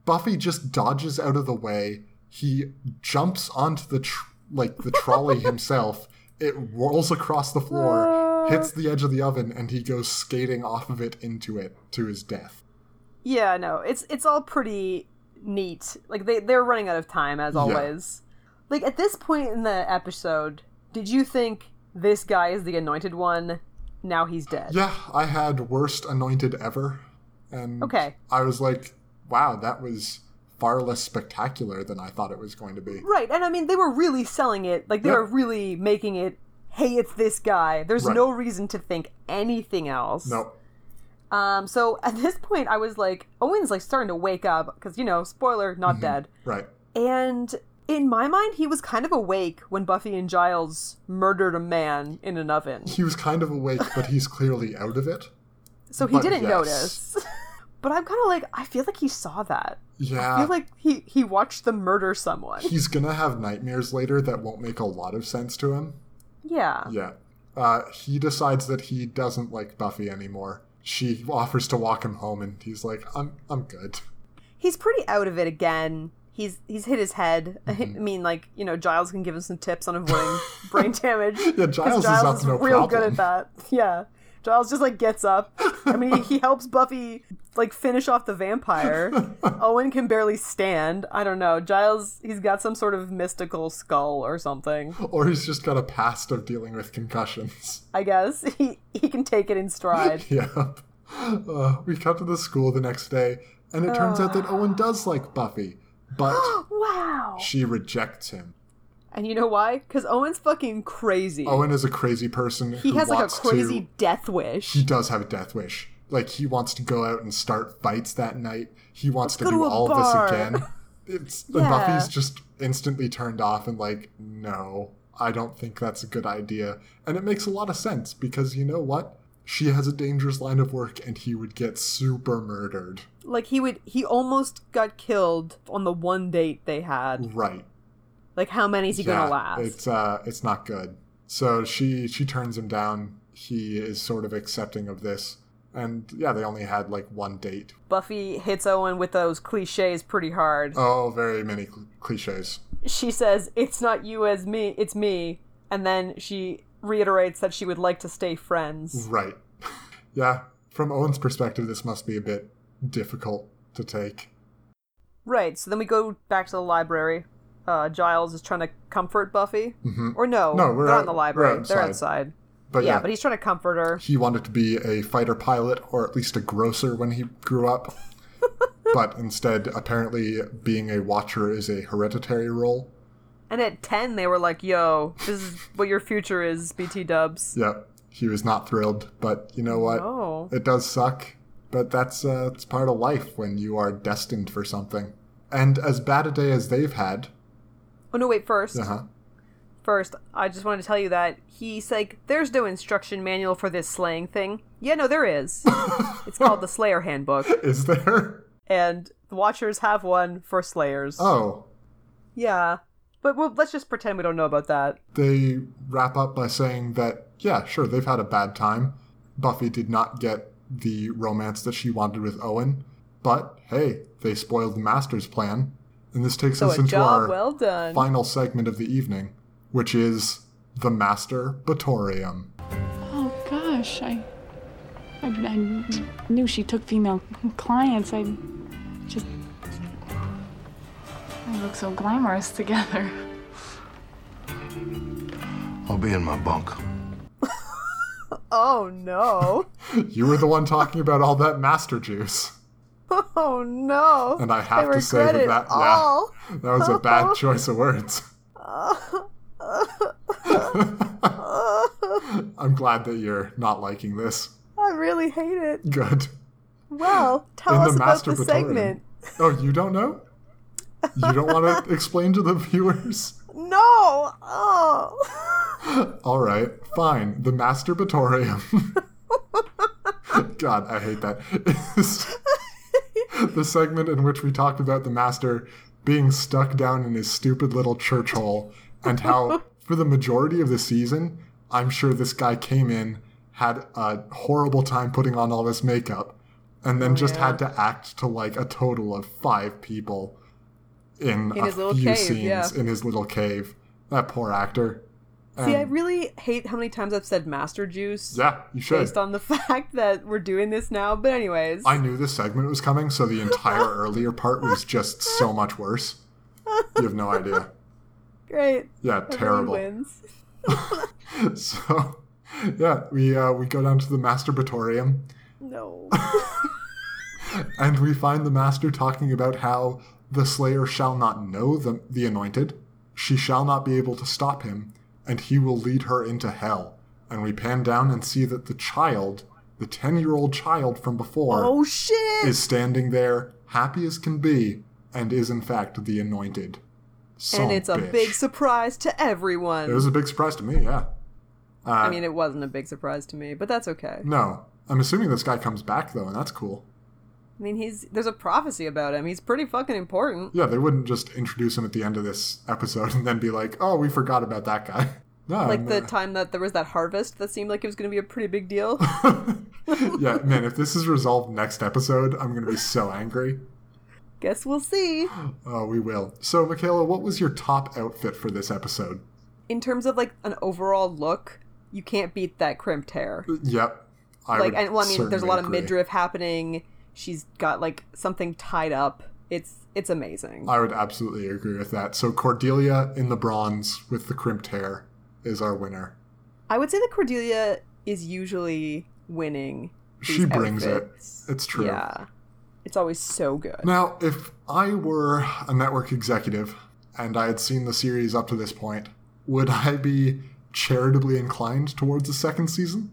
Buffy just dodges out of the way. He jumps onto the tr- like the trolley himself. It rolls across the floor, hits the edge of the oven, and he goes skating off of it into it to his death. Yeah, no, it's it's all pretty neat. Like they they're running out of time as always. Like at this point in the episode, did you think this guy is the anointed one? Now he's dead. Yeah, I had worst anointed ever, and Okay. I was like, wow, that was far less spectacular than I thought it was going to be. Right, and I mean they were really selling it. Like they Yeah. were really making it. Hey, it's this guy. There's Right. no reason to think anything else. No, Um. So at this point, I was like, Owen's like starting to wake up because you know, spoiler, Mm-hmm. not dead. right. And in my mind, he was kind of awake when Buffy and Giles murdered a man in an oven. He was kind of awake, but he's clearly out of it. So he But didn't yes. notice. but I'm kind of like, I feel like he saw that. I Yeah. feel like he, he watched them murder someone. he's going to have nightmares later that won't make a lot of sense to him. Yeah. Yeah. Uh, he decides that he doesn't like Buffy anymore. she offers to walk him home, and he's like, "I'm I'm good." He's pretty out of it again. He's he's hit his head. I Mm-hmm. mean, like you know, Giles can give him some tips on avoiding brain damage. Yeah, 'cause Giles is up to no real good problem. at that. Yeah, Giles just like gets up. I mean, he helps Buffy like finish off the vampire. Owen can barely stand. I don't know. Giles, he's got some sort of mystical skull or something. Or he's just got a past of dealing with concussions. I guess he he can take it in stride. Yep. Uh, we come to the school the next day, and it turns out that Owen does like Buffy, but wow. she rejects him. And you know why? Because Owen's fucking crazy. Owen is a crazy person. he who has like a wants to- crazy death wish. he does have a death wish. Like he wants to go out and start fights that night. He wants to go do to a all bar. of this again. It's Yeah. and Buffy's just instantly turned off and like, no, I don't think that's a good idea. And it makes a lot of sense because you know what? She has a dangerous line of work and he would get super murdered. like he would he almost got killed on the one date they had Right. like how many is he gonna last It's uh it's not good. So she she turns him down. He is sort of accepting of this. And yeah, they only had like one date. buffy hits owen with those cliches pretty hard Oh, very many cl- cliches. she says it's not you as me it's me and then she reiterates that she would like to stay friends Right. yeah, from Owen's perspective, this must be a bit difficult to take. right so then we go back to the library uh, giles is trying to comfort buffy or no Mm-hmm. No, they're we're not out- in the library we're outside. they're outside But yeah yeah, but he's trying to comfort her he wanted to be a fighter pilot or at least a grocer when he grew up. but instead, apparently, being a watcher is a hereditary role. and at 10 they were like yo this is what your future is bt dubs Yeah, he was not thrilled, but you know what? oh It does suck, but that's uh, it's part of life when you are destined for something. And as bad a day as they've had, Oh no! Wait, first, uh huh. first, I just wanted to tell you that he's like, there's no instruction manual for this slaying thing. Yeah, no, there is. it's called the Slayer Handbook, Is there? and the Watchers have one for slayers. Oh, Yeah, but well, let's just pretend we don't know about that. they wrap up by saying that, yeah, sure, they've had a bad time. Buffy did not get the romance that she wanted with Owen, but hey, they spoiled the master's plan. And this takes So us a into job our well done. final segment of the evening, which is the Master Batorium. Oh gosh, I, I, I knew she took female clients. I just, I look so glamorous together. I'll be in my bunk. Oh no! You were the one talking about all that master juice. oh no! And I I have to say regret that it that, yeah, all. that was a bad choice of words. I'm glad that you're not liking this. I really hate it. Good. Well, tell in us the about master the Batorium. segment. Oh, you don't know? You don't want to explain to the viewers? No. Oh. All right, fine. The masturbatorium. God, I hate that. It's the segment in which we talked about the master being stuck down in his stupid little church hole and how, for the majority of the season, I'm sure this guy came in, had a horrible time putting on all this makeup, and Oh, then just had to act to like a total of five people in, a his little few cave, scenes yeah. in his little cave. That poor actor. See, I really hate how many times I've said master juice Yeah, you should. based on the fact that we're doing this now. But anyways, I knew this segment was coming, so the entire earlier part was just so much worse. You have no idea. great. Yeah, Everyone terrible. wins. So, yeah, we uh, we go down to the masturbatorium, No. and we find the master talking about how the Slayer shall not know the the Anointed, she shall not be able to stop him, and he will lead her into hell. And we pan down and see that the child, the ten year old child from before, oh shit! is standing there, happy as can be, and is in fact the anointed. Son and it's a bitch. big surprise to everyone. It was a big surprise to me, yeah. Uh, I mean, it wasn't a big surprise to me, but that's okay. no, I'm assuming this guy comes back though, and that's cool. I mean, he's there's a prophecy about him. He's pretty fucking important. Yeah, they wouldn't just introduce him at the end of this episode and then be like, "Oh, we forgot about that guy." No, like I'm the not- time that there was that harvest that seemed like it was going to be a pretty big deal. yeah, man, if this is resolved next episode, I'm going to be so angry. Guess we'll see. Oh, we will. So, Michaela, what was your top outfit for this episode? In terms of like an overall look, you can't beat that crimped hair. Yep. I like, would and, well, I mean, there's a certainly lot agree. of midriff happening. She's got like something tied up. It's it's amazing. I would absolutely agree with that. So, Cordelia in the bronze with the crimped hair is our winner. I would say that Cordelia is usually winning. these She brings it. outfits. It's true. Yeah, it's always so good. Now, if I were a network executive and I had seen the series up to this point, would I be charitably inclined towards a second season?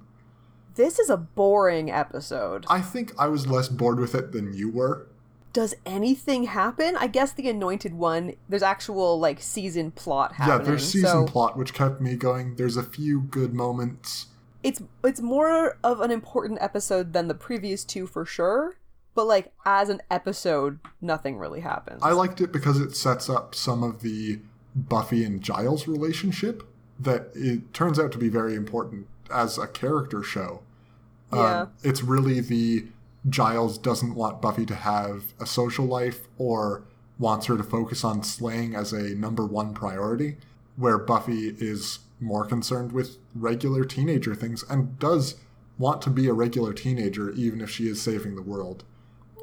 This is a boring episode. I think I was less bored with it than you were. Does anything happen? I guess the Anointed One. There's actual like season plot happening. Yeah, there's season so plot which kept me going. There's a few good moments. It's it's more of an important episode than the previous two for sure. But like as an episode, nothing really happens. I liked it because it sets up some of the Buffy and Giles relationship that it turns out to be very important as a character show. Um, Yeah. it's really the Giles doesn't want Buffy to have a social life or wants her to focus on slaying as a number one priority, where Buffy is more concerned with regular teenager things and does want to be a regular teenager even if she is saving the world.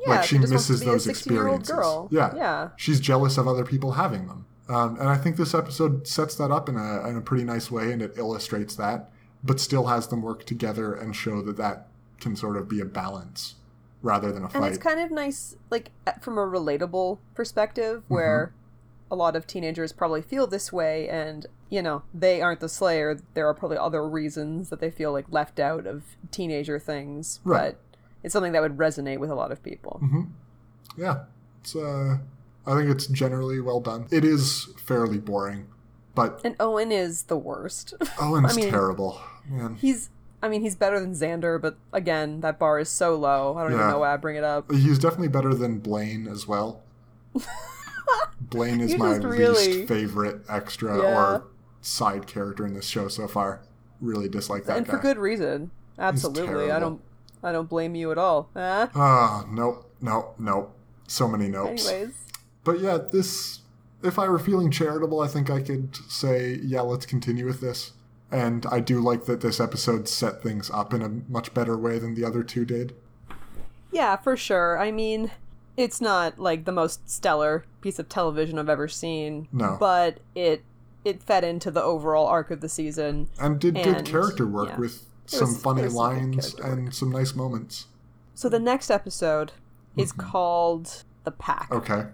Yeah, like she, she just wants to misses be a those 16-year-old experiences. girl. Yeah. Yeah. She's jealous of other people having them. Um, and I think this episode sets that up in a, in a pretty nice way and it illustrates that, but still has them work together and show that that can sort of be a balance rather than a and fight. it's kind of nice, like at- from a relatable perspective, Mm-hmm. where a lot of teenagers probably feel this way, and you know they aren't the Slayer. There are probably other reasons that they feel like left out of teenager things, Right. Mm-hmm. but it's something that would resonate with a lot of people. Yeah. It's, uh, I think it's generally well done. It is fairly boring, but And Owen is the worst. Owen's I mean, terrible. Man. He's, I mean, he's better than Xander, but again, that bar is so low. I don't even Yeah. know why I bring it up. He's definitely better than Blaine as well. Blaine is You my just really- least favorite extra Yeah. or side character in this show so far. Really dislike that and guy. for good reason. Absolutely, I terrible. don't, I don't blame you at all. Eh? Ah, no, no, no. So many nopes. Anyways. But yeah, this. If I were feeling charitable, I think I could say, yeah, let's continue with this. And I do like that this episode set things up in a much better way than the other two did. Yeah, for sure. I mean, it's not like the most stellar piece of television I've ever seen. No. But it it fed into the overall arc of the season. And did good And, character work yeah. with There some was- funny there was some good lines character and some nice moments. So the next episode is called The Pack. Mm-hmm. Okay.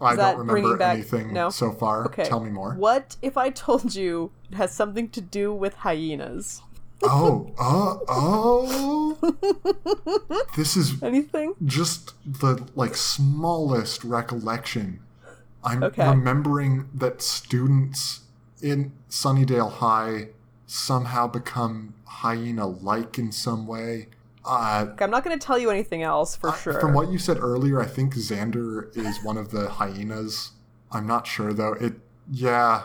I that don't bringing remember back- anything no? so far. Okay. Tell me more. What if I told you it has something to do with hyenas? Oh, oh, oh. this is Anything? just the like smallest recollection. I'm Okay. remembering that students in Sunnydale High somehow become hyena-like in some way. Uh, Like, I'm not going to tell you anything else for sure. From what you said earlier, I think Xander is one of the hyenas. I'm not sure though. It, yeah,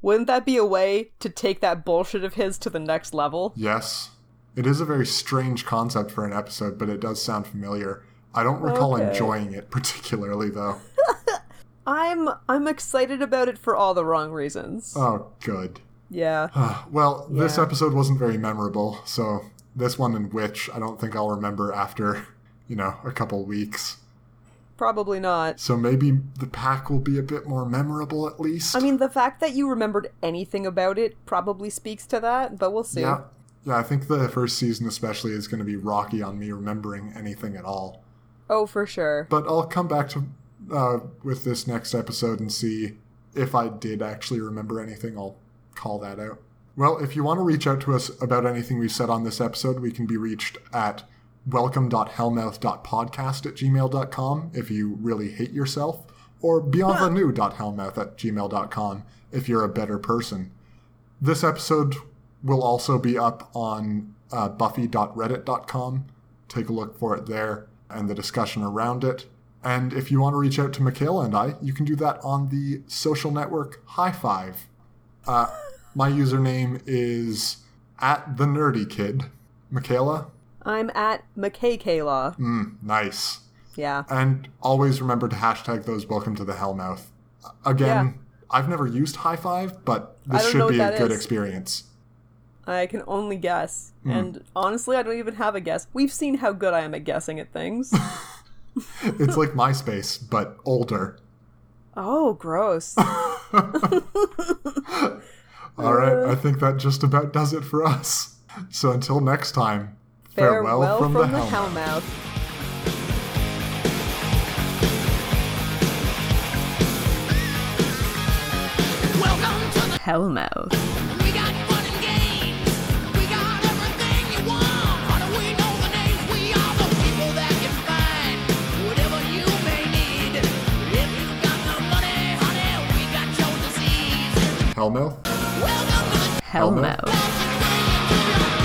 Wouldn't that be a way to take that bullshit of his to the next level? Yes. It is a very strange concept for an episode, but it does sound familiar. I don't recall Okay. enjoying it particularly, though. I'm I'm excited about it for all the wrong reasons. Oh, good. Uh, yeah. Well, this Yeah. episode wasn't very memorable, so this one in which I don't think I'll remember after, you know, a couple weeks. Probably not. So maybe the pack will be a bit more memorable at least. I mean, the fact that you remembered anything about it probably speaks to that, but we'll see. yeah. Yeah, I think the first season especially is going to be rocky on me remembering anything at all. Oh, for sure. but I'll come back to uh, with this next episode and see if I did actually remember anything. I'll call that out. Well, if you want to reach out to us about anything we said on this episode, we can be reached at welcome.hellmouth.podcast at gmail.com if you really hate yourself, or beyondthenew.hellmouth at gmail.com if you're a better person. This episode will also be up on uh, buffy.reddit.com. Take a look for it there and the discussion around it. And if you want to reach out to Michaela and I, you can do that on the social network High Five. Uh, My username is at the nerdy kid. Michaela? I'm at McKay Kayla. Mm, nice. Yeah. And always remember to hashtag those welcome to the Hellmouth. Again, I've never used high five, but I this don't know should be what a that good is. experience. I can only guess. Hmm. And honestly, I don't even have a guess. We've seen how good I am at guessing at things. it's like MySpace, but older. oh, gross. All right, I think that just about does it for us. So until next time, farewell, from, the, Hellmouth. Hellmouth. Hellmouth. Hellmouth? Hellmouth. Hellmouth.